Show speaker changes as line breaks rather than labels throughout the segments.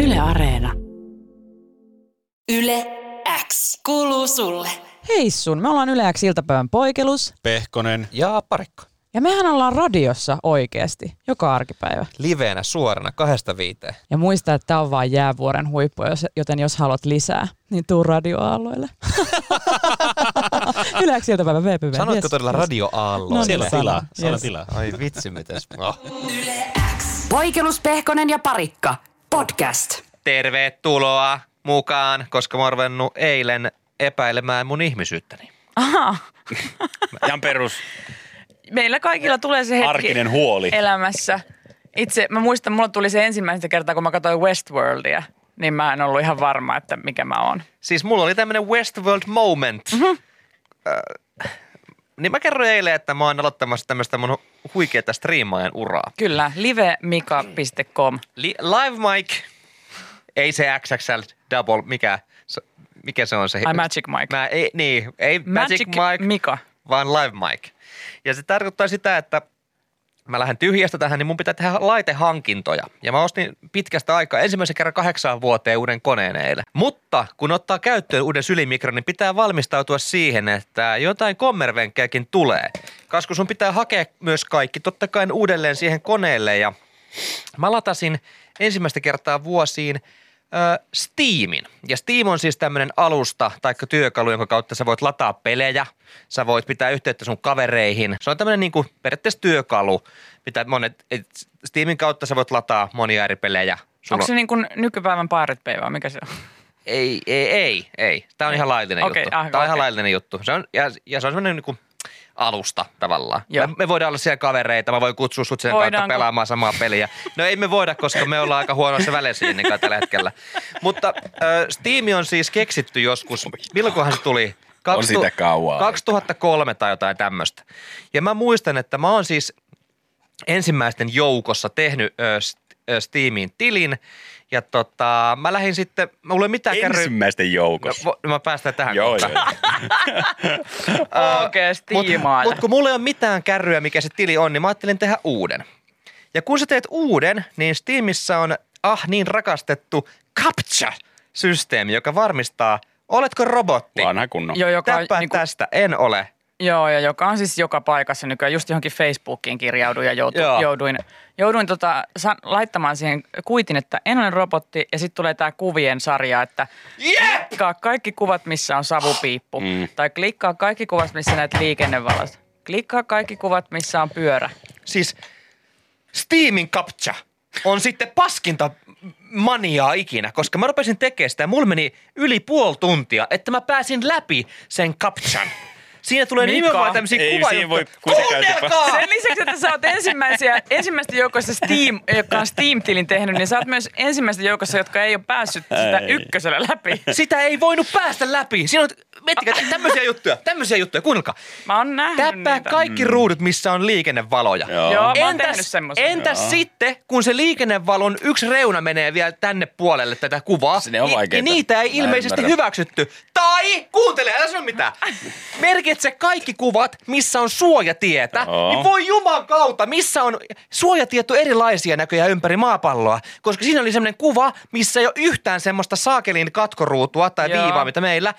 Yle Areena.
Yle X kuuluu sulle.
Hei sun, me ollaan Yle X iltapäivän poikelus
Pehkonen.
Ja parikko.
ja mehän ollaan radiossa oikeasti joka arkipäivä.
Liveenä suorana kahdesta viiteen.
Ja muista, että tää on vaan jäävuoren huippu, jos, joten jos haluat lisää, niin tuu radioaalloille. Yle X iltapäivä VPV.
Sanoitko
Yes,
todella
yes.
radioaallo?
No niin,
Siellä
sanon.
tilaa, siellä
Yes.
tilaa.
Ai vitsi, mites. Oh.
Yle X.
Poikelus Pehkonen ja Parikka. Podcast.
Tervetuloa mukaan, koska mä oon ruvennut eilen epäilemään mun ihmisyyttäni.
Aha.
Ihan perus
Meillä kaikilla tulee se hetki
arkinen huoli.
elämässä. Itse, mä muistan, mulla tuli se ensimmäistä kertaa, kun mä katsoin Westworldia, niin mä en ollut ihan varma, että mikä mä oon.
Siis mulla oli tämmönen Westworld moment.
Mhm.
Mm-hmm. niin mä kerroin eilen, että mä oon aloittamassa tämmöistä mun hu- huikeeta striimaajan uraa.
Kyllä, livemika.com.
Li- live mic, ei se XXL double, mikä, se- mikä se on se?
Ai Magic Mike.
Mä, ei, niin, ei Magic, Mike.
Mika.
vaan live mic. Ja se tarkoittaa sitä, että mä lähden tyhjästä tähän, niin mun pitää tehdä laitehankintoja. Ja mä ostin pitkästä aikaa, ensimmäisen kerran kahdeksaan vuoteen uuden koneen eilen. Mutta kun ottaa käyttöön uuden sylimikron, niin pitää valmistautua siihen, että jotain kommervenkkejäkin tulee. Koska sun pitää hakea myös kaikki, totta kai uudelleen siihen koneelle. Ja mä latasin ensimmäistä kertaa vuosiin ö, Steamin. Ja Steam on siis tämmöinen alusta tai työkalu, jonka kautta sä voit lataa pelejä, sä voit pitää yhteyttä sun kavereihin. Se on tämmöinen niinku periaatteessa työkalu, mitä monet, et Steamin kautta sä voit lataa monia eri pelejä.
Onko
on-
se niin kuin nykypäivän paarit vai mikä se on?
ei, ei, ei, ei. Tämä on ihan laillinen
Okei,
juttu.
ah,
Tämä on ihan
okei.
laillinen juttu. Se on, ja, ja se on semmoinen niinku alusta tavallaan. Me,
Joo.
me, voidaan olla siellä kavereita, mä voin kutsua sut sen kautta
Voidaanko?
pelaamaan samaa peliä. No ei me voida, koska me ollaan aika huonoissa väleissä ennen kaikkea tällä hetkellä. Mutta äh, Steam on siis keksitty joskus, milloinkohan se tuli?
On siitä
Kakstu-
kauan.
2003 tai jotain tämmöistä. Ja mä muistan, että mä oon siis ensimmäisten joukossa tehnyt ö, st- ö, Steamiin tilin. Ja tota, mä lähdin sitten, mulla ei mitään kärry...
Ensimmäisten
No,
joukossa.
vo- mä päästään tähän
Joo,
kohtaan.
joo.
Oikeesti
Mut-
Mut,
Mut kun mulla ei ole mitään kärryä, mikä se tili on, niin mä ajattelin tehdä uuden. Ja kun sä teet uuden, niin Steamissa on ah niin rakastettu CAPTCHA-systeemi, joka varmistaa, oletko robotti.
Vanha kunnon.
Joo, joka on,
Täppää
niin kuin,
tästä, en ole.
joo, ja joka on siis joka paikassa nykyään. Just johonkin Facebookiin kirjauduin ja joutu,
Joo.
jouduin, jouduin tota, sa- laittamaan siihen kuitin, että en ole robotti. Ja sitten tulee tämä kuvien sarja, että
Jep!
Klikkaa kaikki kuvat, missä on savupiippu.
Mm.
Mm. Tai klikkaa kaikki kuvat, missä näet liikennevalot. Klikkaa kaikki kuvat, missä on pyörä.
Siis Steamin CAPTCHA on sitten paskinta maniaa ikinä, koska mä rupesin tekemään sitä ja mulla meni yli puoli tuntia, että mä pääsin läpi sen CAPTCHAn. Siinä tulee
Mika,
nimenomaan tämmöisiä
ei siinä voi-
kuvajuttuja.
kun se käytetään-
Kuunnelkaa!
Sen lisäksi, että sä oot ensimmäisiä, ensimmäistä joukossa Steam, joka on Steam-tilin tehnyt, niin sä oot myös ensimmäistä joukossa, jotka ei ole päässyt sitä
Ei.
ykkösellä läpi.
Sitä ei voinut päästä läpi. Siinä on, miettikää, tämmöisiä juttuja, tämmöisiä juttuja, kuunnelkaa.
Mä oon nähnyt
Täppää
niitä.
kaikki ruudut, missä on liikennevaloja.
Mm. Joo.
Joo, mä oon tehnyt semmoisen.
entäs sitten, kun se liikennevalon yksi reuna menee vielä tänne puolelle tätä kuvaa,
Se ne on
niin-
vaikeita.
niin niitä ei
Mä
ilmeisesti
ymmärrän.
hyväksytty. Tai, kuuntele, älä sano mitään. Merkitse kaikki kuvat, missä on suojatietä,
Joo.
niin voi juman kautta, missä on suojatiet on erilaisia näköjä ympäri maapalloa. Koska siinä oli semmoinen kuva, missä ei ole yhtään semmoista saakelin katkoruutua tai
Joo.
viivaa, mitä meillä.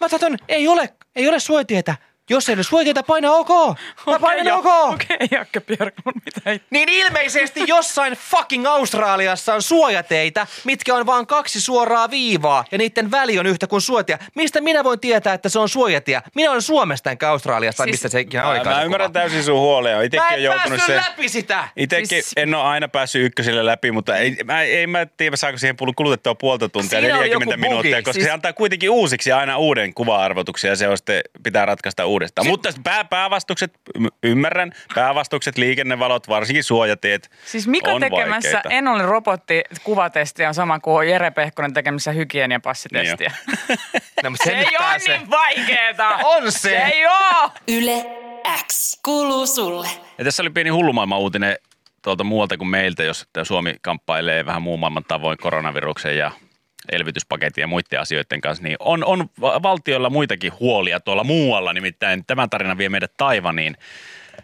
Mä katson, ei ole, ei ole suojatietä. Jos ei ole suojatietä, paina OK. Mä painan OK.
Okei, okay, Jakke Björklund, mitä ei.
Niin ilmeisesti jossain fucking Australiassa on suojateitä, mitkä on vaan kaksi suoraa viivaa ja niiden väli on yhtä kuin suojatie. Mistä minä voin tietää, että se on suojatie? Minä olen Suomesta enkä Australiasta, siis,
Siis-
mistä se ikinä
Mä,
olikaan.
mä
se
ymmärrän
kuva.
täysin sun huoleen. Itekin
Mä
on
en
joutunut
päässyt
sen.
läpi sitä.
Itekin
Siis-
en ole aina päässyt ykköselle läpi, mutta ei mä, ei, mä tiedä, saako siihen pul- kulutettua puolta tuntia,
Siinä oli
40
joku bugi.
minuuttia, koska
Siis-
se antaa kuitenkin uusiksi aina uuden kuva-arvotuksen ja se on sitten, pitää ratkaista uudestaan. Mutta pää, päävastukset, y- ymmärrän, päävastukset, liikennevalot, varsinkin suojateet
Siis Mika
on
tekemässä
vaikeita.
En ole robotti kuvatestiä on sama kuin Jere Pehkonen tekemässä hygieniapassitestiä.
Niin
No, mutta
Se
sen nyt
ei ole
pääsee.
niin vaikeeta.
On se.
Se ei oo.
Yle X kuuluu sulle.
Ja tässä oli pieni hullumaailman uutinen tuolta muualta kuin meiltä, jos että Suomi kamppailee vähän muun maailman tavoin koronaviruksen ja elvytyspaketin ja muiden asioiden kanssa, niin on, on va- valtioilla muitakin huolia tuolla muualla. Nimittäin tämä tarina vie meidät Taivaniin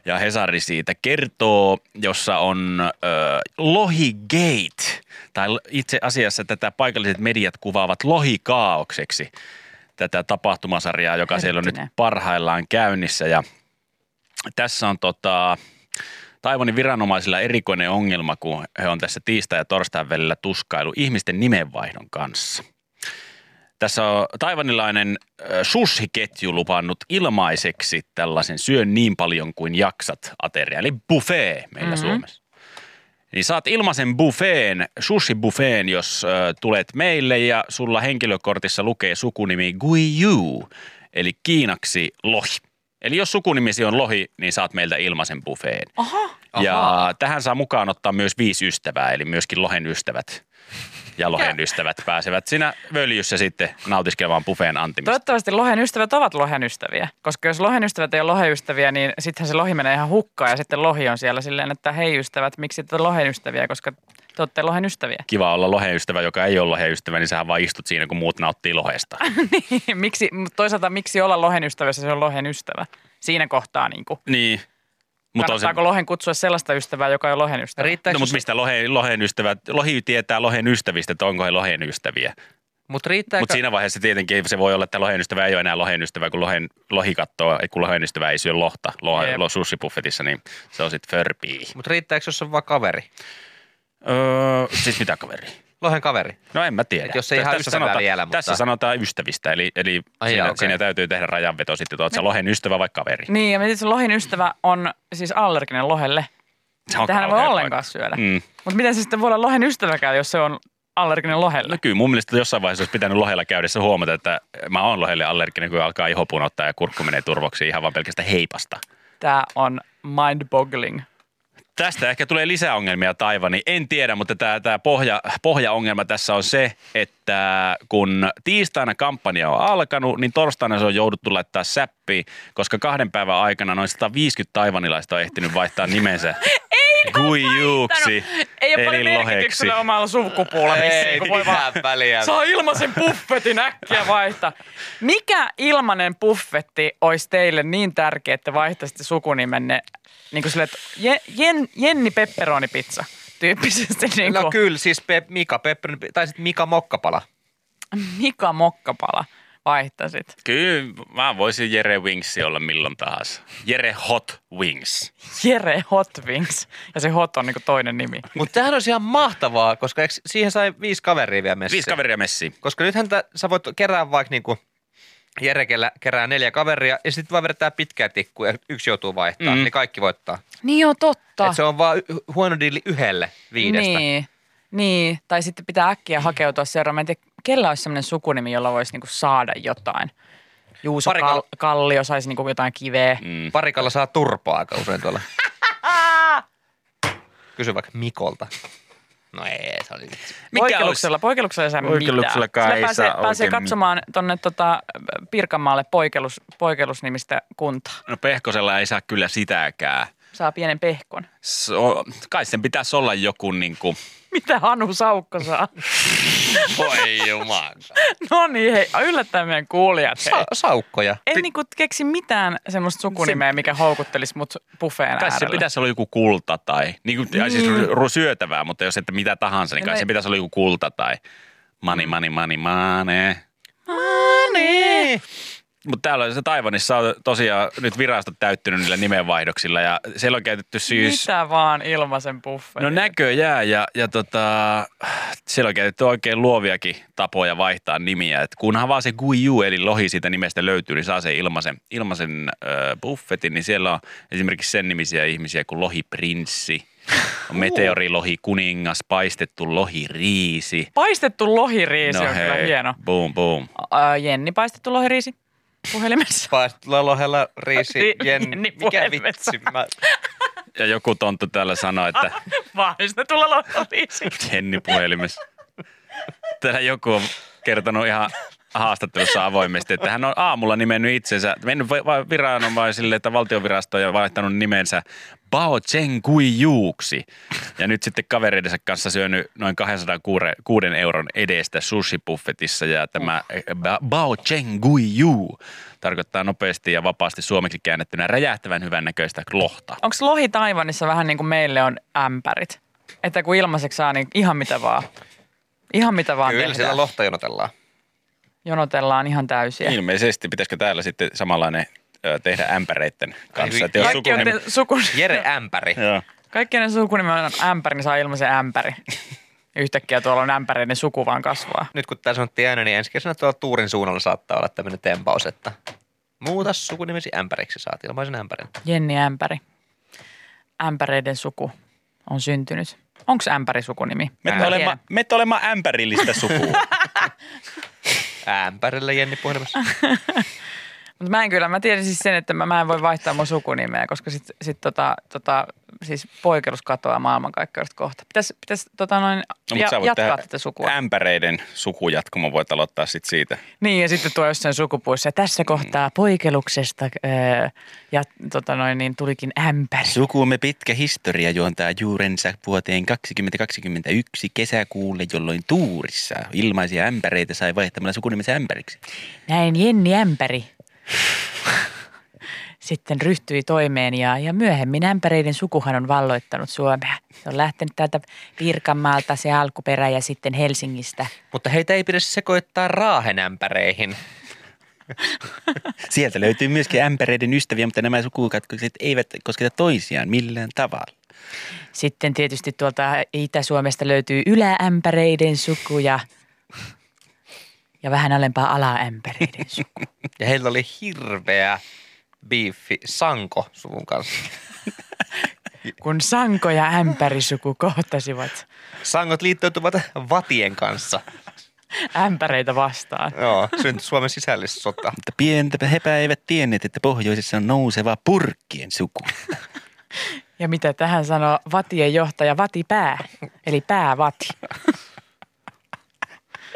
ja Hesari siitä kertoo, jossa on ö, Lohigate tai l- itse asiassa tätä paikalliset mediat kuvaavat lohikaaokseksi tätä tapahtumasarjaa, joka siellä on nyt
Hetkinen.
parhaillaan käynnissä. Ja tässä on tota, Taivonin viranomaisilla erikoinen ongelma, kun he on tässä tiistai- ja torstain välillä tuskailu ihmisten nimenvaihdon kanssa. Tässä on taivanilainen sushiketju lupannut ilmaiseksi tällaisen syön niin paljon kuin jaksat ateria, eli buffet meillä mm-hmm. Suomessa. Niin saat ilmaisen buffeen, sushi buffeen, jos ö, tulet meille ja sulla henkilökortissa lukee sukunimi Guiyu, eli kiinaksi lohi. Eli jos sukunimisi on lohi, niin saat meiltä ilmaisen buffeen.
Aha.
Ja tähän saa mukaan ottaa myös viisi ystävää, eli myöskin lohen ystävät ja lohen ystävät pääsevät siinä völjyssä sitten nautiskelemaan buffeen antimista.
Toivottavasti lohen ystävät ovat lohen ystäviä, koska jos lohen ystävät ei ole lohen ystäviä, niin sittenhän se lohi menee ihan hukkaan ja sitten lohi on siellä silleen, että hei ystävät, miksi te olette lohen ystäviä, koska te olette lohen ystäviä.
Kiva olla lohen ystävä, joka ei ole lohen ystävä, niin sähän vaan istut siinä, kun muut nauttii lohesta.
miksi, mut toisaalta miksi olla lohen ystävä, jos se on lohen ystävä? Siinä kohtaa niin kuin.
niin. Mutta
Kannattaako lohen kutsua sellaista ystävää, joka ei ole lohen ystävä?
Riittääkö,
no,
no,
mutta mistä lohen, lohen ystävät, lohi tietää lohen ystävistä, että onko he lohen ystäviä.
mut riittääkö,
Mutta siinä vaiheessa tietenkin se voi olla, että lohen ystävä ei ole enää lohen ystävä, kun lohen, lohi kattoo, ei, kun lohen ystävä ei syö lohta lohe,
Jep.
lo, sussipuffetissa, niin se on sitten förpii.
mut riittääkö, jos on vaan kaveri?
Öö, siis mitä kaveri?
Lohen kaveri.
No en mä tiedä.
Et jos ei ihan ystävää
sanotaan,
vielä, mutta-
Tässä sanotaan ystävistä, eli, eli
Ai
siinä,
jaa, okei.
siinä täytyy tehdä rajanveto sitten, että oot sä lohen ystävä vai kaveri.
Niin, ja mä tietysti lohin ystävä on siis allerginen lohelle.
Se on
Tähän ei voi
kauhea
ollenkaan
paikka.
syödä. Mm.
Mm.
Mutta miten se sitten voi olla lohen ystäväkään, jos se on allerginen lohelle?
No kyllä, mun mielestä jossain vaiheessa olisi pitänyt lohella käydessä huomata, että mä oon lohelle allerginen, kun alkaa ihopunottaa ja kurkku menee turvoksi ihan vaan pelkästä heipasta.
Tämä on mind-boggling.
Tästä ehkä tulee lisää ongelmia Taivani. En tiedä, mutta tämä, tämä pohja, pohjaongelma tässä on se, että kun tiistaina kampanja on alkanut, niin torstaina se on jouduttu laittaa säppiin, koska kahden päivän aikana noin 150 taivanilaista on ehtinyt vaihtaa nimensä Guijuuksi,
Ei ole
eli
paljon merkitystä
niin loheksi.
sillä omalla sukupuolella vissiin, kun voi vaan...
väliä.
Saa ilmaisen buffetin äkkiä vaihtaa. Mikä ilmanen buffetti olisi teille niin tärkeä, että vaihtaisitte sukunimenne niin kuin sille, että Je- Jen, Jenni Pepperoni pizza tyyppisesti niin kuin
No kyllä, siis Pe- Mika Pepper, tai sitten Mika Mokkapala.
Mika Mokkapala vaihtaisit.
Kyllä mä voisin Jere Wingsi olla milloin tahansa. Jere Hot Wings.
Jere Hot Wings. Ja se hot on niin kuin toinen nimi.
Mutta tämähän olisi ihan mahtavaa, koska eiks, siihen sai viisi kaveria vielä messiin.
Viisi kaveria messi.
Koska nythän tä, sä voit kerää vaikka niinku, Jere kellä- kerää neljä kaveria ja sitten vaan vedetään pitkää tikkua ja yksi joutuu vaihtamaan,
Mm.
mm. niin kaikki voittaa.
Niin joo, totta.
Et se on vaan y- huono diili yhdelle viidestä.
Niin. niin, tai sitten pitää äkkiä hakeutua seuraamaan. Mä en tiedä, kellä olisi sellainen sukunimi, jolla voisi niinku saada jotain. Juuso
Pari
Kal-
kal-
Kallio saisi niinku jotain kiveä.
Mm.
Parikalla saa turpaa aika usein tuolla. Kysy vaikka Mikolta. No ei, se oli
Poikelluksella, poikelluksella ei saa
Poikelluksella
mitään.
kai
Sillä
ei
pääsee,
saa
pääsee
oikein
katsomaan tuonne tota, Pirkanmaalle poikellus, poikellusnimistä kuntaa.
No Pehkosella ei saa kyllä sitäkään.
Saa pienen pehkon.
So, kai sen pitäisi olla joku niinku...
Mitä Hanu Saukko saa?
Voi jumala.
no niin, hei, yllättäen meidän kuulijat. Hei.
Sa- saukkoja.
En niinku keksi mitään semmoista sukunimeä, mikä houkuttelisi mut buffeen
Kai se
äärelle.
pitäisi olla joku kulta tai... Niinku, niin. siis
Niin.
ru- syötävää, mutta jos että mitä tahansa, niin kai
No
se
ei-
pitäisi olla joku kulta tai... Mani, mani, mani, mane.
No niin.
niin. Mutta täällä se Taivanissa on tosiaan nyt virastot täyttynyt niillä nimenvaihdoksilla ja siellä on käytetty siis...
Mitä vaan ilmaisen buffetin.
No näköjään ja, ja tota, siellä on käytetty oikein luoviakin tapoja vaihtaa nimiä. Et kunhan vaan se Guiyu eli lohi siitä nimestä löytyy, niin saa sen ilmaisen, ilmaisen ö, buffetin. Niin siellä on esimerkiksi sen nimisiä ihmisiä kuin lohiprinssi, on meteorilohi kuningas, paistettu lohiriisi.
Paistettu lohiriisi no on hei. kyllä
hei,
hieno.
Boom, boom.
Ä, Jenni, paistettu lohiriisi puhelimessa.
Paistulla lohella riisi,
Ni-
Jenni.
Jenni
Mikä
puhelimessa.
vitsi? Mä...
Ja joku tonttu täällä sanoi, että
Paistetulla lohiriisi.
Jenni puhelimessa. Täällä joku on kertonut ihan haastattelussa avoimesti, että hän on aamulla nimennyt itsensä, mennyt va- va- viranomaisille, että valtiovirasto ja vaihtanut nimensä Bao Cheng Kui Juuksi. Ja nyt sitten kavereidensa kanssa syönyt noin 206 euron edestä sushipuffetissa ja tämä Ba- Bao Cheng Kui Juu tarkoittaa nopeasti ja vapaasti suomeksi käännettynä räjähtävän hyvän näköistä lohta.
Onko lohi Taivanissa vähän niin kuin meille on ämpärit? Että kun ilmaiseksi saa, niin ihan mitä vaan. Ihan mitä vaan
Kyllä,
tehdään.
siellä lohta jonotellaan.
Jonotellaan ihan täysiä.
Niin, Ilmeisesti pitäisikö täällä sitten samanlainen ö, tehdä ämpäreitten kanssa.
Ai,
Että jos
Kaikki on
sukunimi...
te- suku...
Jere Ämpäri.
Joo.
Kaikki ne sukunimi on ämpäri, niin saa ilmaisen ämpäri. Yhtäkkiä tuolla on ämpäreiden niin suku vaan kasvaa.
Nyt kun tämä sanottiin ääneen, niin ensi kesänä tuolla Tuurin suunnalla saattaa olla tämmöinen tempaus, että muuta sukunimesi Ämpäriksi saat ilmaisen Ämpärin.
Jenni Ämpäri. Ämpäreiden suku on syntynyt. Onko ämpäri sukunimi?
Mette
Mä
olemaan,
tiedän.
mette olemaan ämpärillistä sukua. No,
Ämpärillä Jenni puhelimessa.
Mutta mä en kyllä, mä tiedän siis sen, että mä, mä en voi vaihtaa mun sukunimeä, koska sit, sit tota, tota, siis poikeus katoaa maailmankaikkeudesta kohta. Pitäis, pitäis tota noin, ja,
No, mutta sä voit
jatkaa
tehdä
tätä sukua.
Ämpäreiden sukujatkuma voit aloittaa sit siitä.
Niin, ja sitten tuo jossain sukupuissa. Ja Tässä kohtaa
Mm.
poikeluksesta öö, ja tota noin, niin tulikin ämpäri.
Sukuumme pitkä historia juontaa juurensa vuoteen 2021 kesäkuulle, jolloin Tuurissa ilmaisia ämpäreitä sai vaihtamalla sukunimensä ämpäriksi.
Näin Jenni Ämpäri sitten ryhtyi toimeen ja, ja myöhemmin ämpäreiden sukuhan on valloittanut Suomea. Se on lähtenyt täältä Pirkanmaalta se alkuperä ja sitten Helsingistä.
Mutta heitä ei pidä sekoittaa Raahen ämpäreihin.
Sieltä löytyy myöskin ämpäreiden ystäviä, mutta nämä sukukatkokset eivät kosketa toisiaan millään tavalla.
Sitten tietysti tuolta Itä-Suomesta löytyy yläämpäreiden suku ja, ja vähän alempaa alaämpäreiden suku.
Ja heillä oli hirveä biifi Sanko suvun kanssa.
Kun sanko ja ämpärisuku kohtasivat
Sangot liittoutuvat vatien kanssa.
ämpäreitä vastaan.
Joo, syntyi Suomen sisällissota.
Mutta pientä hepä eivät tienneet, että pohjoisessa on nouseva purkkien suku.
Ja mitä tähän sanoo vatien johtaja Vati Pää, eli Päävati.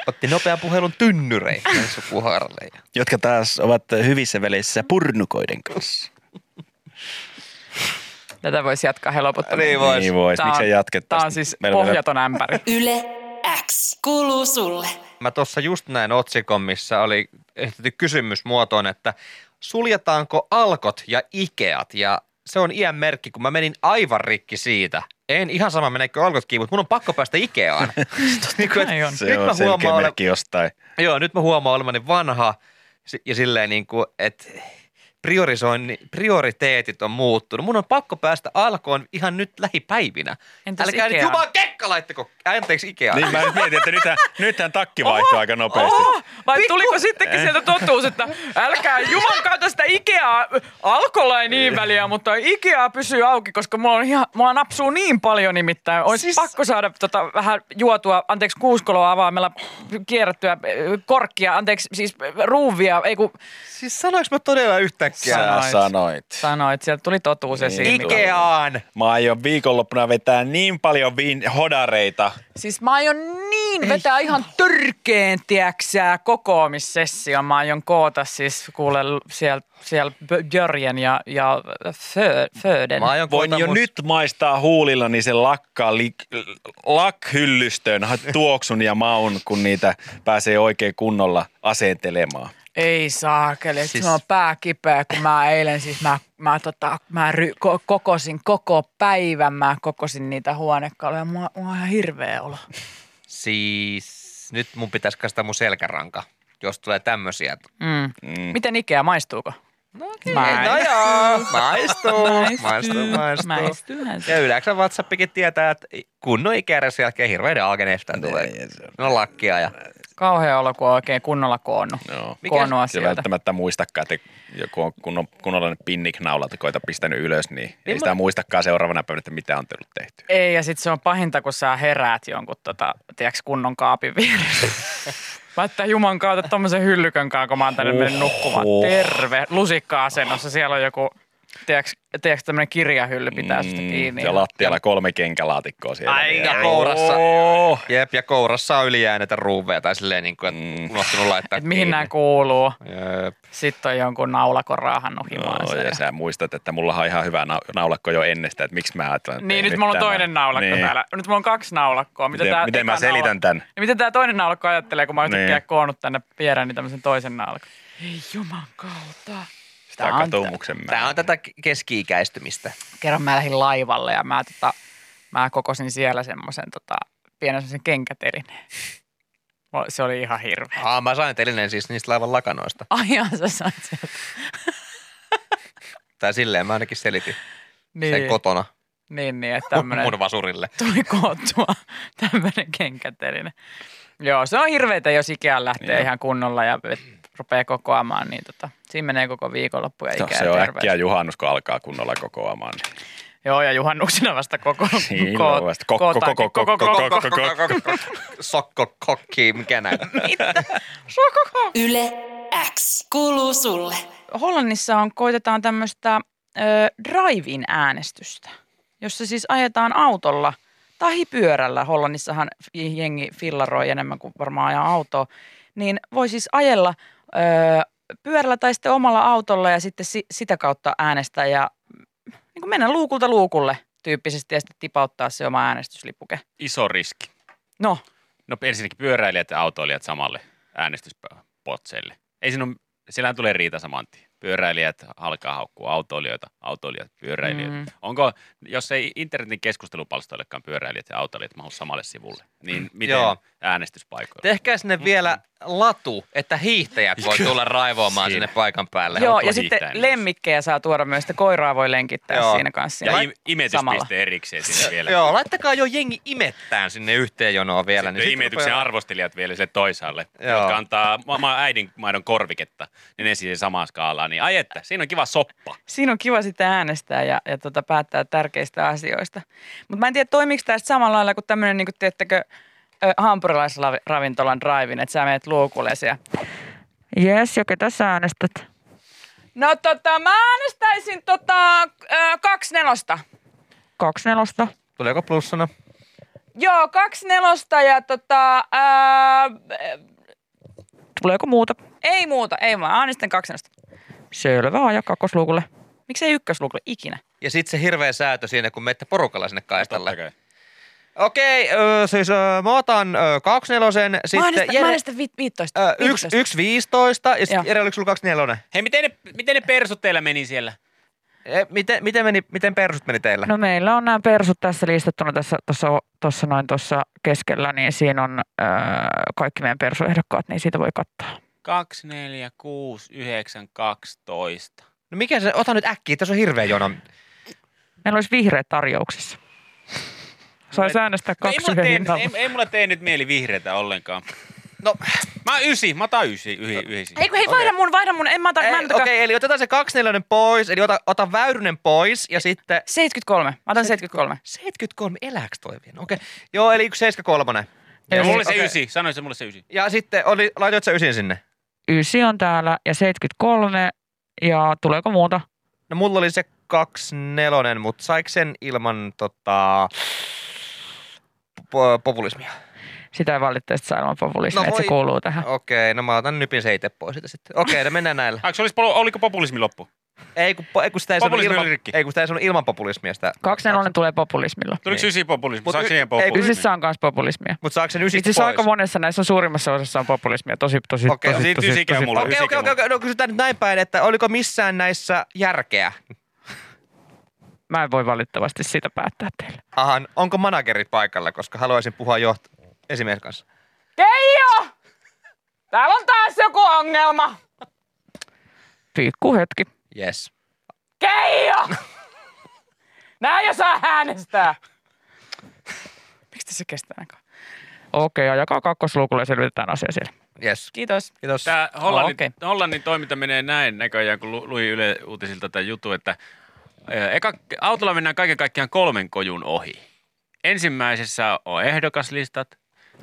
Otti nopean puhelun tynnyreihin sukuhaaralleen.
jotka taas ovat hyvissä väleissä purnukoiden kanssa.
Tätä voisi jatkaa helpottomasti.
Niin vois.
Niin vois, miksei jatkettaisi.
Tämä on siis
Meillä on vielä-
pohjaton ämpäri.
Yle X kuuluu sulle.
Mä tuossa just näin otsikon, missä oli esitetty kysymys muotoon, että suljetaanko alkot ja Ikeat? Ja se on iän merkki, kun mä menin aivan rikki siitä. En ihan sama menekö alkotkin, mutta mun on pakko päästä Ikeaan. niin kuin,
kai on.
et
Se
nyt
on
mä
selkeä
huomaan, ole,
merkki jostain.
joo, nyt mä huomaan olevani vanha si- ja silleen niin kuin, että priorisoinni, prioriteetit on muuttunut. Mun on pakko päästä alkoon ihan nyt lähipäivinä.
Entäs
Älkää nyt
Ikeaan?
Jumalan kekka laittako, anteeksi Ikeaan.
Niin mä nyt mietin, että nythän, nythän takki vaihtuu aika nopeasti.
Vai tuliko sittenkin sieltä totuus, että älkää juman kautta sitä Ikeaa, alkolla ei niin väliä, mutta Ikea pysyy auki, koska mua, on ihan, mua napsuu niin paljon nimittäin. Olisi siis... pakko saada tota, vähän juotua, anteeksi kuuskoloa avaamella kierrättyä ö, korkkia, anteeksi siis ö, ruuvia, ei kun
Siis sanoinko mä todella yhtäkkiä?
Sano. Sanoit.
sanoit.
sanoit, sieltä tuli totuus esiin.
Niin.
Niin.
Ikeaan!
Mä aion viikonloppuna vetää niin paljon viin hodareita.
Siis mä aion niin vetää ihan törkeen, tiäksää, kokoamissessio. Mä aion koota siis kuule siellä, siellä Björjen ja, ja Fö- Föden.
Mä aion
tuota
Voin
koota
jo
mun-
nyt maistaa huulillani sen lakkaa li, lakhyllystön tuoksun ja maun, kun niitä pääsee oikein kunnolla asentelemaan.
Ei saakeli,
Siis-
siis... mä oon pää kipeä, kun mä eilen siis mä, mä, tota, mä ry, ko, kokosin koko päivän, mä kokosin niitä huonekaluja. Mua, mua on ihan hirveä olo.
Siis nyt mun pitäisi kastaa mun selkäranka, jos tulee tämmöisiä.
Mm. Mm. Miten Ikea, maistuuko?
No, okay.
Maistuu.
no joo, maistuu, No, maistuu, maistuu.
Maistuu, maistuu.
Ja yleensä WhatsAppikin tietää, että kunnon ikääressä jälkeen hirveiden alkeneista tulee. No lakkia ja
Kauhea olo, kun on oikein kunnolla koonnut.
Joo.
No. Mikä-
Koonnut
Se
asioita.
välttämättä muistakaan, että joku on kunnon, kunnolla ne pinniknaulat, kun koita pistänyt ylös, niin ei
mä-
sitä muistakaan seuraavana päivänä, että mitä on tullut tehty.
Ei, ja sitten se on pahinta, kun sä heräät jonkun tota, tiiäks, kunnon kaapin vieressä. Mä että juman kautta tommosen hyllykön kanssa, kun mä oon tänne mennyt nukkumaan.
Oho.
Terve, lusikka-asennossa. Siellä on joku, tiiäks, tiiäks tämmönen kirjahylly pitää mm, susta kiinni.
ja lattialla kolme kenkälaatikkoa siellä.
Ai,
vielä.
ja kourassa.
Oo.
jep, ja kourassa on ylijääneitä ruuveja tai silleen niin kuin, että unohtunut laittaa
Mm. Et mihin
kiinni.
nämä kuuluu.
Jep.
Sitten on jonkun naulakon raahan
No,
nukimaan.
ja
No,
sä muistat, että mulla on ihan hyvä nau- naulakko jo ennestään, että miksi mä ajattelen.
niin, nyt mulla on toinen naulakko niin. täällä. Nyt mulla on kaksi naulakkoa. Mitä
Miten-
tää
miten mä
eka
selitän
naulakko-
tän?
Niin, miten tämä toinen naulakko ajattelee, kun mä oon
Niin.
yhtäkkiä koonnut tänne pierään niin tämmöisen toisen naulakon. Ei juman kautta.
Sitä
Tää on-
katumuksen mä.
Tämä on tätä keski-ikäistymistä.
kerran mä lähdin laivalle ja mä, tota, mä kokosin siellä semmoisen tota, pienen semmoisen kenkätelineen. Voi- Se oli ihan hirveä.
Aa, mä sain telinen siis niistä laivan lakanoista.
Ai ihan sä sait sieltä.
Tai silleen mä ainakin selitin
Niin,
sen kotona
niin, niin, että
Tämmönen.
tämmöinen
mun vasurille.
tuli koottua tämmöinen kenkäteline. Joo, se on hirveetä, jos Ikeaan lähtee
Joo.
ihan kunnolla ja vet- rupeaa kokoamaan, niin tota, siinä menee koko viikonloppu ja
No,
ikää
se on
ja
äkkiä juhannus, kun alkaa kunnolla kokoamaan. Niin.
Joo, ja juhannuksena vasta koko,
Siinä
ko-
on vasta kokko,
kootaan-
kokko,
koko-
kokko,
koko-
kokko.
Sokko, kokki, mikä näin.
Yle X kuuluu sulle.
Hollannissa on, koitetaan tämmöistä ö, drive-in äänestystä, jossa siis ajetaan autolla tai pyörällä. Hollannissahan fi- jengi fillaroi enemmän kuin varmaan ajaa autoa. Niin voi siis ajella ö, pyörällä tai sitten omalla autolla ja sitten si- sitä kautta äänestää ja niin kuin mennä luukulta luukulle tyyppisesti ja sitten tipauttaa se oma äänestyslipuke.
Iso riski.
No,
No ensinnäkin pyöräilijät ja autoilijat samalle äänestyspotseille. Ei siinä ole, siellähän tulee riita saman tien. Pyöräilijät alkaa haukkua autoilijoita, autoilijat pyöräilijöitä.
Mm.
Mm. Onko, jos ei internetin keskustelupalstoillekaan pyöräilijät ja autoilijat mahdu samalle sivulle, niin miten
Joo.
Joo. äänestyspaikoilla?
Tehkää sinne vielä latu, että hiihtäjät voi tulla raivoamaan
Siinä.
sinne paikan päälle.
joo, ja
autolla
sitten
hiihtää myös.
lemmikkejä saa tuoda myös, että koiraa voi lenkittää
Joo.
siinä kanssa.
Ja
Siinä
im- imetyspiste
samalla.
erikseen sinne vielä.
Joo, laittakaa jo jengi imettään sinne yhteen jonoon vielä.
Sitten niin
sit
imetyksen
rupeaa-
arvostelijat vielä sille toisaalle,
Joo.
Joo. jotka antaa ma- ma- äidin maidon korviketta, niin ne siihen samaan skaalaan. Niin ai että, siinä on kiva soppa.
siinä on kiva sitä äänestää ja, ja tota, päättää tärkeistä asioista. Mutta mä en tiedä, toimiiko tämä sitten samalla lailla kuin tämmöinen, niin tiedättekö, ö, hampurilaisravintolan drive että sä menet luukulle ja siellä, Jes, ja ketä sä äänestät? No tota, mä äänestäisin tota, ö, kaksi nelosta. Kaksi nelosta?
Tuleeko plussana?
Joo, kaksi nelosta ja tota... Ää, Tuleeko muuta? Ei muuta, ei vaan. Äänestän kaksi nelosta. Selvä, aja kakkosluukulle. Miksei ykkösluukulle ikinä?
Ja sitten se hirveä säätö siinä, kun menette porukalla sinne kaistalle.
Totta kai.
Okei, ö, siis ö, mä otan ö, kaksinelosen,
Sitten mä
sitten
äänestän, mä äänestän vi- 15.
ö, yksi,
15.
yksi viistoista ja
Joo.
sitten Jere, oliko sulla kaksinelonen?
Hei, miten ne, miten ne persut teillä meni siellä?
E, Miten, miten, meni, miten persut meni teillä?
No meillä on nämä persut tässä listattuna tässä tuossa, tuossa noin tuossa keskellä, niin siinä on öö, kaikki meidän persuehdokkaat, niin siitä voi katsoa.
2, 4, 6, 9, 12.
No mikä se, ota nyt äkkiä, tässä on hirveä jono.
No, Meillä olisi vihreät tarjouksissa. Saisi
Me-
äänestää
No ei,
kaksi
mulla
yhden
tee,
hinnalla.
ei, ei mulla tee nyt mieli vihreitä ollenkaan.
No,
Mä oon ysi, mä otan ysi, yhi, yhisi.
Ei kun hei, vaihda mun, vaihda mun. En mä ota,
ei,
mä en
okei,
okay.
okay, eli otetaan se kaksinelonen pois, eli ota, ota väyrynen pois ja sitten
73. Mä otan 73.
73, elääks toi vielä? Okei, okay. joo, eli yksi 73.
Ja mulle se
Okei.
ysi, sanoin se mulle se ysi.
Ja sitten, oli, laitoit sä ysin sinne?
Ysi on täällä ja 73 ja tuleeko muuta?
No mulla oli se kaksinelonen, mutta saiko sen ilman tota, po- populismia?
Sitä ei valitettavasti saa ilman populismia,
No
että
voi-
se kuuluu tähän.
Okei, no mä otan nypin se itse pois siitä sitten. Okei, no mennään näillä.
Ai, se olisi, polo- oliko populismi loppu?
Ei kun, po- ei, kun sitä ei sanonut
Populismi
ilman,
oli rikki.
ei, kun sitä ei sanonut ilman populismia sitä.
Kaksi nelonen tulee populismilla.
Tuliko
Niin.
ysi populismi?
Mut
Saanko
y-
siihen
ei, kun
populismi?
Ysissä on myös populismia.
Mutta saako sen
Itse
ysistä
asiassa aika
pois?
monessa näissä on suurimmassa osassa on populismia. Tosi, tosi,
Okei,
tosi,
siitä
tosi, tosi,
ysi käy mulle.
Okei, okei, okei, okei, no kysytään nyt näin päin, että oliko missään näissä järkeä?
Mä en voi valitettavasti sitä päättää teille.
Ahan, onko managerit paikalla, koska haluaisin puhua johto esimies kanssa.
Keijo! Täällä on taas joku ongelma.
Pikku hetki.
Yes.
Keijo! Nää ei osaa äänestää. Miksi tässä kestää aikaa?
Okei, ajakaa kakkosluukulle ja selvitetään asia siellä.
Yes.
Kiitos.
Kiitos.
Tämä Hollannin,
Oh,
oh,
okei.
okay. Hollannin toiminta menee näin näköjään, kun lu- luin Yle Uutisilta tämän jutun, että ö, eka, autolla mennään kaiken kaikkiaan kolmen kojun ohi. Ensimmäisessä on ehdokaslistat,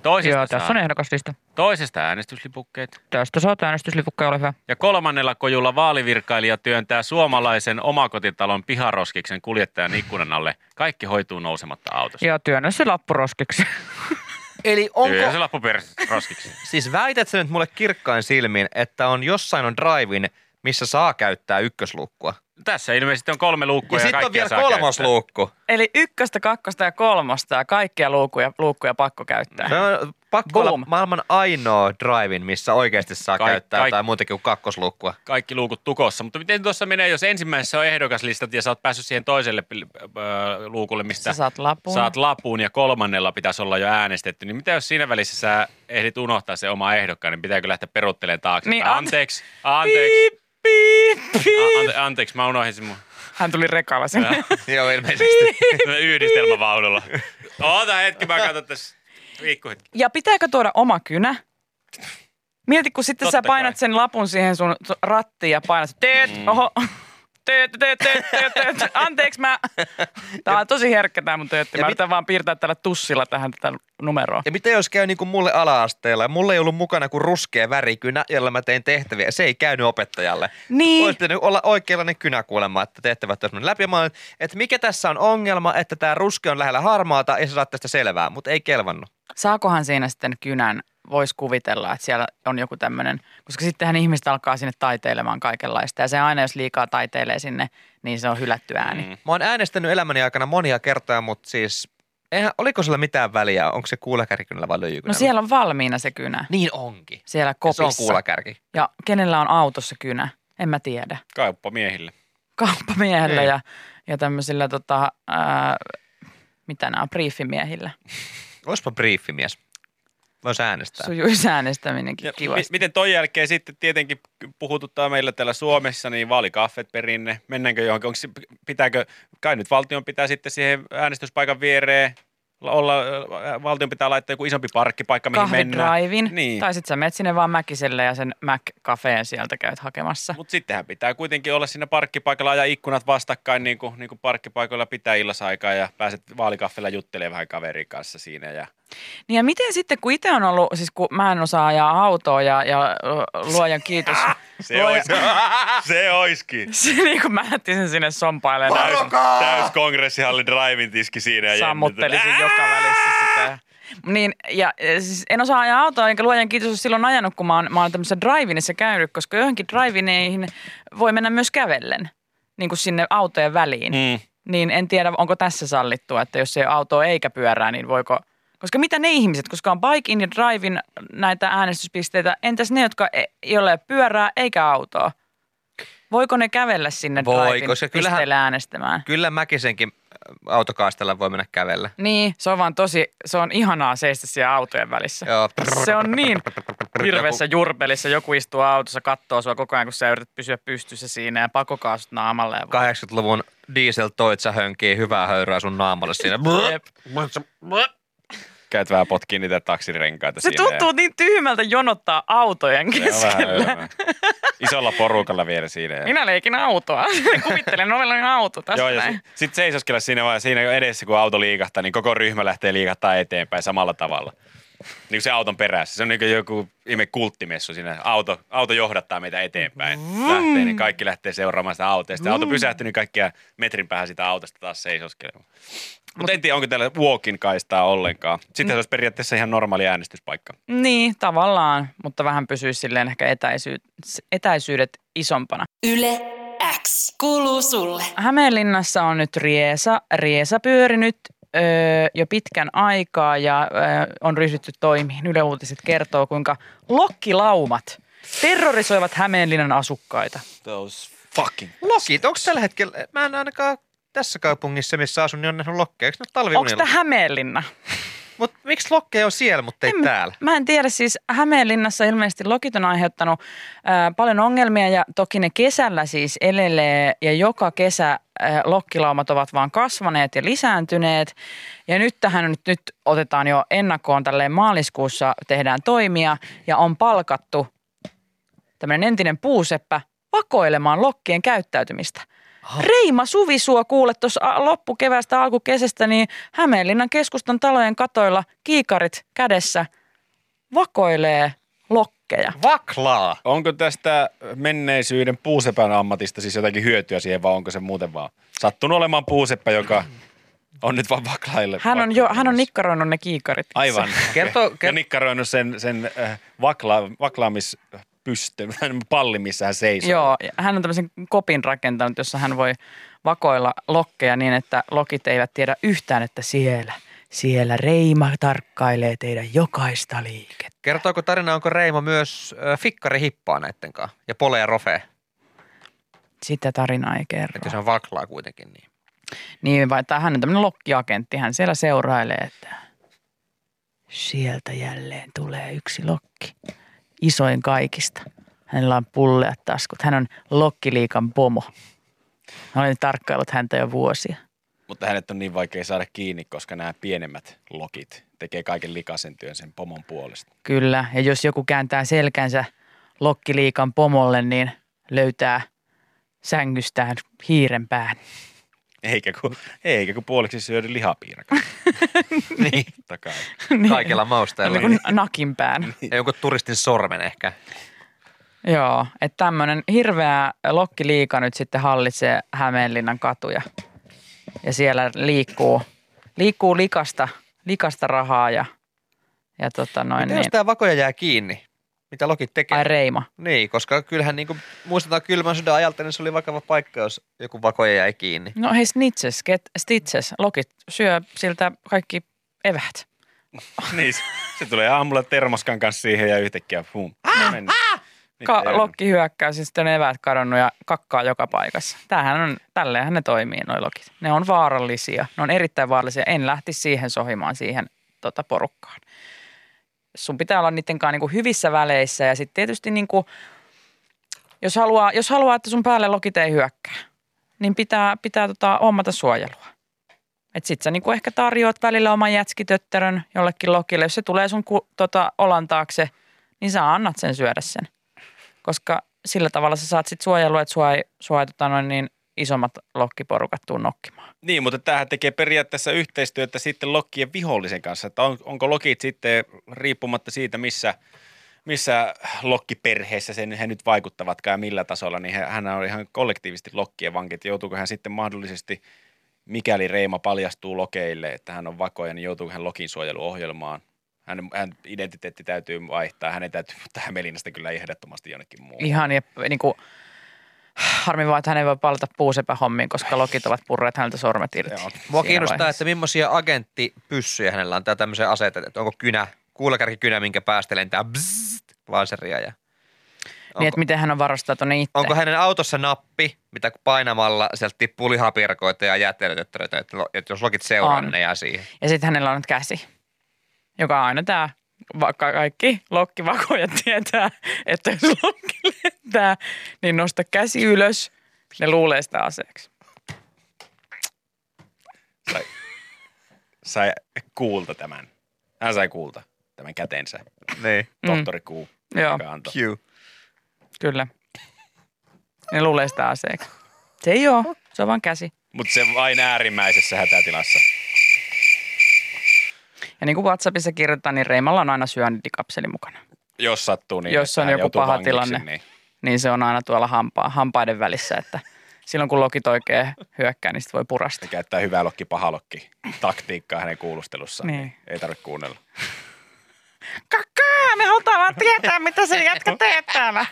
toisesta,
Joo,
saa,
tässä on ehdokaslista.
toisesta äänestyslipukkeet
Tästä saat äänestyslipukka, ole hyvä.
ja kolmannella kojulla vaalivirkailija työntää suomalaisen omakotitalon piharoskiksen kuljettajan ikkunan alle. Kaikki hoituu nousematta autosta.
Ja työnnä se lappuroskiksi.
Eli
Onko...
onko,
se lappu per- roskiksi.
Siis väität sä nyt mulle kirkkain silmin, että on jossain on drive missä saa käyttää ykkösluukkua.
Tässä ilmeisesti on kolme luukkua
Ja
ja,
sitten on
kaikkia
vielä
saa
kolmas
käyttää.
luukku.
No.
Eli ykköstä, kakkosta ja kolmosta ja kaikkia luukkuja, luukkuja pakko käyttää.
Se on No, pakko olla
Boom.
maailman ainoa drivein, missä oikeasti saa
Kaik-
käyttää
kaik-
jotain muutakin kuin kakkosluukkua.
kaikki luukut tukossa. Mutta miten tuossa menee, jos ensimmäisessä on ehdokaslistat ja sä oot päässyt siihen toiselle pil- öö, luukulle, mistä
Sä saat lapun.
saat lapun ja kolmannella pitäisi olla jo äänestetty, niin mitä jos siinä välissä sä ehdit unohtaa se oma ehdokkaan, niin pitääkö lähteä peruuttelemaan taakse?
Niin,
Niin,
ante-
anteeksi, anteeksi, Ah. a- ante- anteeiksi, mä unohdin sen mun
Hän tuli rekalla sinne.
Joo, ilmeisesti.
yhdistelmävaunulla. Oota hetki, mä katson tässä. Viikko hetki.
Ja pitääkö tuoda oma kynä? Mieti, kun sitten
Totta
sä painat
kai. Mm.
sen lapun siihen sun t- rattiin ja painat teet, oho, teet, teet, teet, teet, teet. Anteeksi mä. Tää on tosi herkkä tää mun töötti.
Ja
Mä
mit-
yritän vaan piirtää tällä tussilla tähän tätä numeroa.
Ja mitä jos käy niin kuin mulle ala-asteella ja mulla ei ollut mukana kuin ruskea värikynä, jolla mä tein tehtäviä. Se ei käynyt opettajalle.
Niin.
Olisi pitänyt olla oikeanlainen kynä kuulemma, että tehtävät olisi mennyt läpi. Ja Mä olin, että mikä tässä on ongelma, että tämä ruske on lähellä harmaata ja sä saat tästä selvää, mutta ei kelvannut.
Saakohan siinä sitten kynän, voisi kuvitella, että siellä on joku tämmöinen, koska sittenhän ihmiset alkaa sinne taiteilemaan kaikenlaista. Ja se aina, jos liikaa taiteilee sinne, niin se on hylätty ääni. Mm.
Mä oon äänestänyt elämäni aikana monia kertaa, mutta siis eihän, oliko sillä mitään väliä? Onko se kuulakärkikynällä vai
No
lyijykynällä?
siellä on valmiina se kynä,
Niin onkin.
siellä
Ja Se
kopissa.
on kuulakärki.
Ja kenellä on autossa kynä? En mä tiedä.
Kauppa miehille.
Kauppamiehellä
Niin.
ja, ja tämmöisillä, tota, ää, mitä nämä on, briefimiehillä.
Oispa briefimies. Voisi äänestää.
Sujuisi äänestäminenkin
Ja mi-
kivasti.
miten toi jälkeen sitten tietenkin puhututtaa meillä täällä Suomessa, niin vaalikaffet perinne, mennäänkö johonkin, onko se, pitääkö, kai nyt valtion pitää sitten siihen äänestyspaikan viereen la- olla, äh, valtion pitää laittaa joku isompi parkkipaikka, mihin mennään.
Kahvidraivin.
Niin.
Tai sitten sä menet sinne vaan Mäkiselle ja sen Mac-kafeen sieltä käyt hakemassa.
Mutta sittenhän pitää kuitenkin olla siinä parkkipaikalla, ajaa ikkunat vastakkain, niin kuin, niin kuin parkkipaikoilla pitää illasaikaa ja pääset vaalikaffella juttelemaan vähän kaverin kanssa siinä. Ja...
Niin ja miten sitten, kun itse on ollut, siis kun mä en osaa ajaa autoa ja, ja ö, luojan kiitos.
Se ois, se oiskin.
se niin kuin mä lähtisin sinne sompailemaan.
Täys, täys kongressihallin driving tiski siinä. Ja
sammuttelisin joka välissä sitä. Niin, ja e, siis en osaa ajaa autoa, enkä luojan kiitos ole silloin ajanut, kun mä oon, mä oon tämmöisessä drive-inissa käynyt, koska johonkin drive-ineihin voi mennä myös kävellen, niin kuin sinne autojen väliin. Mm.
Mm.
Niin en tiedä, onko tässä sallittua, että jos ei ole autoa eikä pyörää, niin voiko... Koska mitä ne ihmiset, koska on bike-in ja drive-in näitä äänestyspisteitä, entäs ne, jotka ei, ei ole pyörää eikä autoa? Voiko ne kävellä sinne
Voi,
drive-in
koska kyllähän-
pisteelle äänestämään?
Kyllä mäkisenkin autokaastella voi mennä kävellä.
Niin, se on vaan tosi, se on ihanaa seistä siellä autojen välissä.
Joo.
Se on niin hirveässä jurpelissa, joku istuu autossa, katsoo sua koko ajan, kun sä yrität pysyä pystyssä siinä ja pakokaasut naamalle. Ja
80-luvun diesel toitsa hönkii hyvää höyryä sun naamalle siinä.
Jep.
Käyt vähän potkiin niitä taksirenkaita
Se
siinä.
tuntuu niin tyhmältä jonottaa autojen
ja- Se on vähän
keskellä.
hölmöä. Isolla porukalla vielä siinä. Ja...
Minä leikin autoa. Kuvittelen, ovella on auto tässä
Joo,
Joo,
ja
näin.
sitten sit seisoskella siinä vaan siinä edessä, kun auto liikahtaa, niin koko ryhmä lähtee liikahtaa eteenpäin samalla tavalla. Niin kuin se auton perässä. Se on niin kuin joku ihme kulttimessu siinä. Auto, auto johdattaa meitä eteenpäin. Lähtee, niin kaikki lähtee seuraamaan sitä autoa. Ja sitten auto pysähtyy, niin kaikkia metrin päähän sitä autosta taas seisoskelemaan. Mutta en tiedä, onko täällä walkin kaistaa ollenkaan. Sitten se olisi periaatteessa ihan normaali äänestyspaikka.
Niin, tavallaan, mutta vähän pysyisi silleen ehkä etäisyy- etäisyydet isompana.
Yle X kuuluu sulle.
Hämeenlinnassa on nyt Riesa. Riesa pyörinyt öö, jo pitkän aikaa ja öö, on ryhdytty toimiin. Yle Uutiset kertoo, kuinka lokkilaumat terrorisoivat Hämeenlinnan asukkaita.
Those fucking...
Lokit, onko tällä hetkellä, mä en ainakaan tässä kaupungissa, missä asun, niin on nähnyt lokkeja. Eikö ne ole
Onko
talviunilla?
tämä Hämeenlinna?
Mut miksi lokkeja on siellä, mutta ei
En-
täällä?
Mä en tiedä, siis Hämeenlinnassa ilmeisesti lokit on aiheuttanut ää, paljon ongelmia ja toki ne kesällä siis elelee ja joka kesä ää, lokkilaumat ovat vaan kasvaneet ja lisääntyneet. Ja nyt tähän nyt, nyt otetaan jo ennakkoon tälleen maaliskuussa tehdään toimia ja on palkattu tämmöinen entinen puuseppä vakoilemaan lokkien käyttäytymistä. Reima Suvisuo kuulet tuossa loppukevästä alkukesästä, niin Hämeenlinnan keskustan talojen katoilla kiikarit kädessä vakoilee lokkeja.
Vaklaa.
Onko tästä menneisyyden puusepän ammatista siis jotakin hyötyä siihen vai onko se muuten vaan sattunut olemaan puuseppä, joka on nyt vaan vaklaille?
Hän on, jo, hän on nikkaroinut ne kiikarit.
Aivan.
Kertoo-
Ja
kert-
nikkaroinut sen, sen äh, vakla, vaklaamispystyn, palli, missä hän seisoo.
Joo, ja hän on tämmöisen kopin rakentanut, jossa hän voi vakoilla lokkeja niin, että lokit eivät tiedä yhtään, että siellä, Siellä Reima tarkkailee teidän jokaista liikettä.
Kertooko tarina, onko Reima myös ö, fikkari hippaa näitten kanssa? Ja Pole ja Rofe,
Sitä tarinaa ei
että se
kerro.
on vaklaa kuitenkin. Niin.
Niin, vai tai hän on tämmöinen lokkiagentti. Hän siellä seurailee, että sieltä jälleen tulee yksi lokki. Isoin kaikista. Hänellä on pulleat taskut. Hän on lokkiliikan pomo. Olen tarkkaillut häntä jo vuosia.
Mutta hänet on niin vaikea saada kiinni, koska nämä pienemmät lokit tekee kaiken likaisen työn sen pomon puolesta.
Kyllä, ja jos joku kääntää selkänsä lokkiliikan pomolle, niin löytää sängystään hiiren pään.
Eikä kun, eikä kun puoliksi syödy lihapiirakaa. niin. Takaa.
Kaikilla mausteilla.
Niin kuin nakin pään.
Ja jonkun turistin sormen ehkä.
Joo, että tämmöinen hirveä lokkiliika nyt sitten hallitsee Hämeenlinnan katuja. Ja siellä liikkuu, liikkuu likasta, likasta rahaa ja, ja tota noin
Mitä jos
niin.
tämä vakoja jää kiinni? Mitä lokit tekee?
Ai Reima.
Niin, koska kyllähän niin kuin muistetaan kylmän sodan ajalta, niin se oli vakava paikka, jos joku vakoja jäi kiinni.
No hei snitches, get stitches. Lokit syö siltä kaikki evät.
niin, se- se tulee aamulla termoskan kanssa siihen ja yhtäkkiä pum. No meni. Nyt ei
Ah, Ka-
ole.
lokki hyökkää, siis sitten on eväät kadonnut ja kakkaa joka paikassa. Tämähän on, tälleenhän ne toimii noi lokit. Ne on vaarallisia, ne on erittäin vaarallisia. En lähtisi siihen sohimaan siihen tota, porukkaan. Sun pitää olla niiden kanssa niinku hyvissä väleissä ja sitten tietysti niinku, jos, haluaa, jos haluaa, että sun päälle lokit ei hyökkää, niin pitää, pitää tota, hommata suojelua. Et sit sä niinku ehkä tarjoat välillä oman jätskitötterön jollekin lokille. Jos se tulee sun ku, tota, olan taakse, niin sä annat sen syödä sen koska sillä tavalla sä saat sit suojelua, että sua ei, sua ei tota noin, niin isommat lokkiporukat tuu nokkimaan.
Niin, mutta tämähän tekee periaatteessa yhteistyötä sitten lokkien vihollisen kanssa. Että on, onko lokit sitten riippumatta siitä, missä, missä lokkiperheessä sen, he nyt vaikuttavatkaan ja millä tasolla, niin he, hän on ihan kollektiivisesti lokkien vankit. Joutuuko hän sitten mahdollisesti, mikäli Reima paljastuu lokeille, että hän on vakoja, niin joutuuko hän lokin suojeluohjelmaan? Hän, hän identiteetti täytyy vaihtaa, hänen täytyy muuttaa Hämeenlinnasta kyllä ehdottomasti jonnekin muuhun.
Ihan ja niin kuin, harmi vaan, että hän ei voi palata puusepä hommiin, koska lokit ovat purreet häneltä sormet irti.
Joo.
Mua
Siinä
kiinnostaa,
vaiheessa.
että millaisia agenttipyssyjä hänellä on tai tämmöisiä aseita, että onko kynä, kuulakärkikynä, minkä päästä lentää bzzzt, laseria. Ja
Niin,
onko,
että miten hän on varastautunut itse.
onko hänen autossa nappi, mitä kun painamalla sieltä tippuu lihapiirakoita ja jäätelötötteröitä, että, lo- että jos lokit seuraa,
On.
niin ne jää siihen.
Ja sitten hänellä on nyt käsi, joka on aina tämä, vaikka kaikki lokkivakoja tietää, että jos lokki lentää, niin nosta käsi ylös, ne luulee sitä aseeksi.
sai, sai kuulta tämän. Hän sai kuulta tämän kätensä.
Niin.
Tohtori Kuu,
Mm. Joo.
joka antoi.
Q.
Kyllä. Ne luulee sitä aseeksi. Se ei ole, se on vaan käsi.
Mutta se vain äärimmäisessä hätätilassa.
Ja niin kuin WhatsAppissa kirjoitetaan, niin Reimalla on aina syönnidikapseli mukana.
Jos sattuu niin,
Jos
että
on
hän
joku
joutuu
paha
vangiksi,
tilanne.
Niin
Niin se on aina tuolla hampaa, hampaiden välissä, että silloin kun lokit oikein hyökkää, niin sit voi purasta.
se käyttää hyvä lokki, paha lokki taktiikkaa hänen kuulustelussaan.
Niin.
Niin. Ei tarvitse kuunnella.
Kakkaa, me halutaan vaan tietää, mitä se jätkä teet täällä.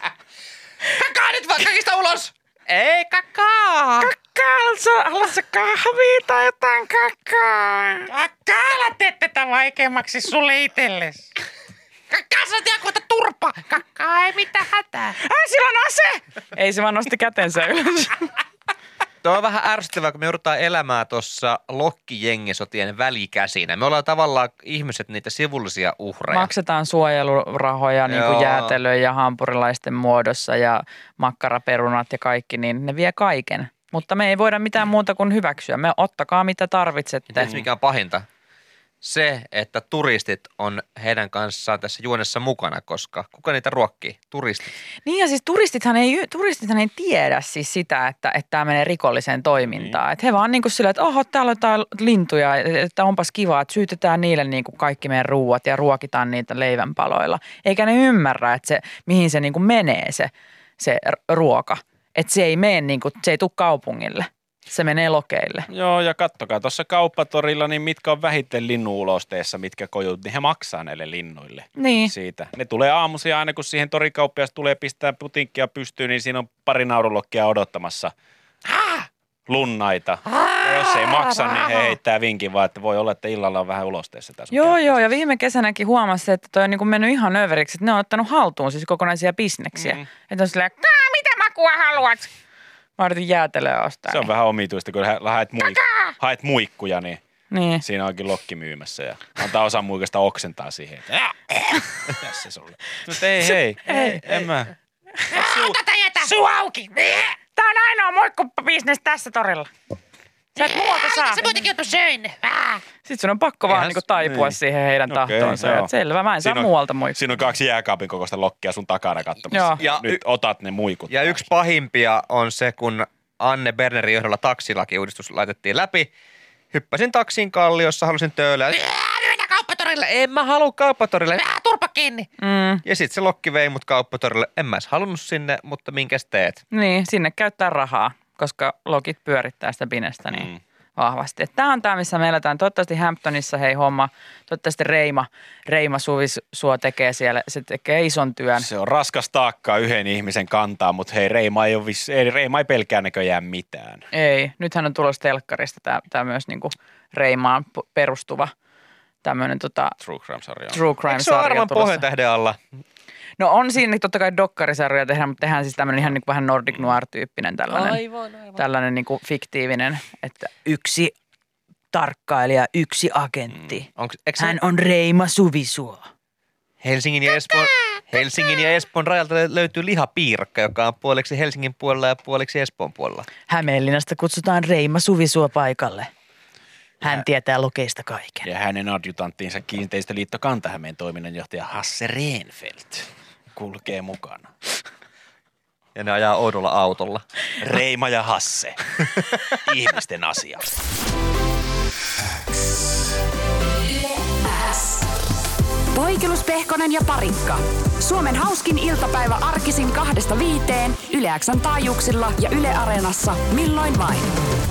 Kakkaa nyt vaan kaikista ulos! Ei kakkaa!
Kakkaa, haluatko, haluatko kahvia tai jotain kakkaa?
Älä tee tätä vaikeammaksi sulle itsellesi. Kakkaa sä tiedä, kuinka turpa. Kakkaa ei mitään hätää.
Ai, sillä on ase! Ei, se vaan nosti kätensä ylös.
Tuo on vähän ärsyttävää, kun me joudutaan elämään tuossa lokkijengisotien välikäsinä. Me ollaan tavallaan ihmiset niitä sivullisia uhreja.
Maksetaan suojelurahoja niin kuin
Joo.
jäätelöön ja hampurilaisten muodossa ja makkaraperunat ja kaikki, niin ne vie kaiken. Mutta me ei voida mitään muuta kuin hyväksyä. Me ottakaa mitä
Ja
tarvitsette.
tiedätkö, mikä on pahinta? Se, että turistit on heidän kanssaan tässä juonessa mukana, koska kuka niitä ruokkii? Turistit.
Niin ja siis turistithan ei, turistithan ei tiedä siis sitä, että, että tämä menee rikolliseen toimintaan. Että he vaan niin kuin sillä, että oho, täällä on jotain lintuja, että onpas kiva, että syytetään niille niin kuin kaikki meidän ruuat ja ruokitaan niitä leivänpaloilla. Eikä ne ymmärrä, että se, mihin se niin kuin menee se, se r- ruoka. Että se ei mene niin kuin, se ei tule kaupungille. Se menee lokeille.
Joo, ja kattokaa tuossa kauppatorilla, niin mitkä on vähiten linnuulosteessa, mitkä kojut, niin he maksaa näille linnuille.
Niin.
Siitä. Ne tulee aamuisin aina, kun siihen torikauppias tulee pistää putinkkia pystyyn, niin siinä on pari naurulokkia odottamassa. lunnaita. Ja jos ei maksa, niin he heittää vinkin vaan, että voi olla, että illalla on vähän ulosteessa tässä.
Joo, joo, ja viime kesänäkin huomasi, että toi on niin kuin mennyt ihan överiksi, että ne on ottanut haltuun siis kokonaisia bisneksiä.
Niin.
Mm. Että on silleen, "Kaa, mitä makua haluat? Mä yritin jäätelöä ostaa.
Se on vähän omituista, kun hä- haet, muik- haet muikkuja, niin
Niin.
siinä onkin lokki myymässä ja antaa osa muikasta oksentaa siihen. Että, "Ää, ää, tässä sulle. Mutta ei, No hei, ei, en mä.
Suu auki!
Tää on ainoa muikkubisnes tässä torilla. Sä et muualta saa.
Se muutenkin on söin. Ah.
Sitten sun on pakko vaan
Eihän
niinku
s-
taipua
niin.
siihen heidän
Okei,
tahtoonsa.
joo.
Okay, Selvä, mä en saa
Siinä on-
muualta muikkuja.
Siinä on kaksi jääkaapin kokoista lokkia sun takana katsomassa.
Joo.
Ja
Nyt
y-
otat ne muikut.
Ja yksi pahimpia on se, kun Anne Bernerin johdolla taksilakiuudistus laitettiin läpi. Hyppäsin taksiin kalliossa, halusin töölää. "Ää, me Mennään kauppatorille. En mä halua kauppatorille. Ää, turpa kiinni.
Mm,
Ja sit se lokki vei mut kauppatorille. En mä edes halunnut sinne, mutta minkäs teet?
niin, sinne käyttää rahaa, koska logit pyörittää sitä binestä niin mm. vahvasti. Et tää on tää, missä me eletään. Toivottavasti Hamptonissa hei homma. Toivottavasti Reima, Reima Suvisuo tekee siellä. Se tekee ison työn.
Se on raskas taakka yhden ihmisen kantaa, mutta hei, Reima ei, ole vis- ei, Reima ei pelkää näköjään mitään.
Ei, nythän on tulossa telkkarista tämä, tämä myös niinku Reimaan pu- perustuva tämmöinen tota,
True Crime-sarja.
true
Eikö se ole
crime-sarja
Arman
tulossa.
pohjantähden alla?
No on siinä totta kai dokkarisarjoja tehdään, mutta tehdään siis tämmöinen ihan niin kuin vähän Nordic Noir-tyyppinen tällainen, aivan, aivan. tällainen niin kuin fiktiivinen, että yksi tarkkailija, yksi agentti.
Onks, eikö se
Hän on Reima Suvisuo.
Helsingin ja Espoon... Helsingin ja Espoon rajalta lö- löytyy lihapiirakka, joka on puoliksi Helsingin puolella ja puoliksi Espoon puolella.
Hämeenlinnasta kutsutaan Reima Suvisuo paikalle. Hän tietää lokeista kaiken.
Ja hänen adjutanttinsa kiinteistöliitto Kantahämeen toiminnanjohtaja Hasse Reenfeldt kulkee mukana.
Ja ne ajaa oudolla autolla.
Reima ja Hasse. Ihmisten asia.
Poikelus, Pehkonen ja Parikka. Suomen hauskin iltapäivä arkisin kahdesta viiteen Yle Xn taajuuksilla ja Yle Areenassa milloin vain.